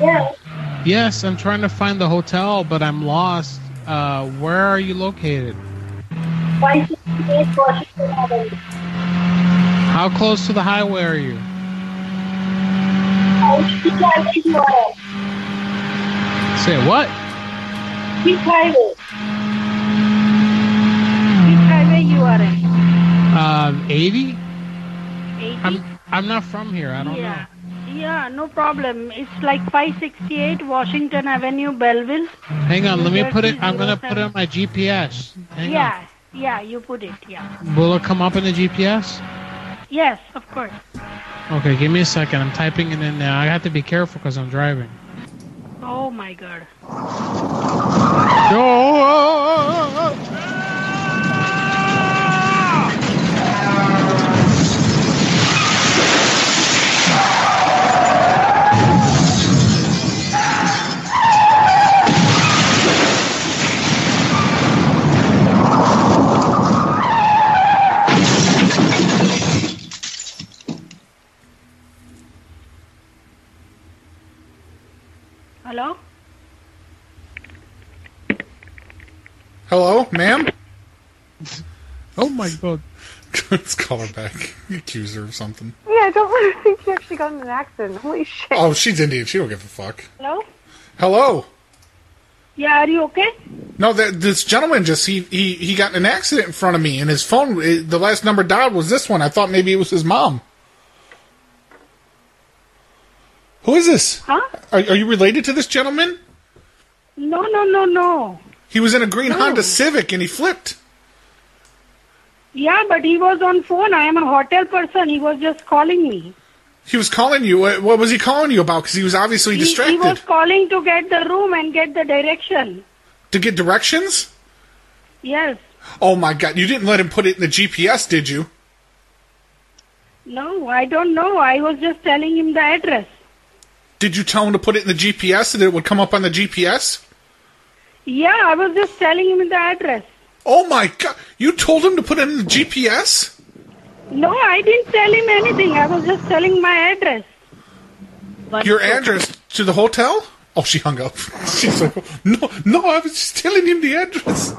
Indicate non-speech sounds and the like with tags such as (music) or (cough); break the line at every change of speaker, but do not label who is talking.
Yes.
Yes, I'm trying to find the hotel, but I'm lost. Uh, where are you located?
168 Washington Avenue.
How close to the highway are you?
And Big Highway is orange.
Say what?
Big Highway. Big Highway you are in.
Um, 80?
80?
I'm I'm not from here. I don't
yeah. Yeah, no problem. It's like 568 Washington Avenue, Belleville.
know. Hang on, let me put it. I'm gonna put it on my GPS. Hang
yeah, yeah, you put it, yeah.
on. Will it come up in the GPS?
Yes, of course.
Okay, give me a second. I'm typing it in now. I have to be careful because I'm driving.
Oh my god.
Oh!
Hello?
Hello, ma'am? (laughs)
Oh my god.
Let's call her back. (laughs) Accuse her of something.
Yeah, I don't (laughs) want to think she actually got in an accident. Holy shit.
Oh, she's Indian. She don't give a fuck.
Hello?
Hello.
Yeah, are you okay?
No, that this gentleman just he, he he got in an accident in front of me, and his phone. It, the last number dialed was this one. I thought maybe it was his mom. Who is this?
Huh?
Are, are you related to this gentleman?
No, no, no, no.
He was in a green Honda Civic and he flipped.
Yeah, but he was on phone. I am a hotel person. He was just calling me.
He was calling you. uh, What what was he calling you about? Because he was obviously
He,
distracted.
he was calling to get the room and get the direction.
To get directions?
Yes.
Oh my god! You didn't let him put it in the GPS, did you?
No, I don't know. I was just telling him the address.
Did you tell him to put it in the GPS so that it would come up on the GPS?
Yeah, I was just telling him the address.
Oh my god! You told him to put it in the GPS?
No, I didn't tell him anything. I was just telling my address.
Your address to (laughs) the hotel? Oh, she hung up. She's like, no, no, I was just telling him the address.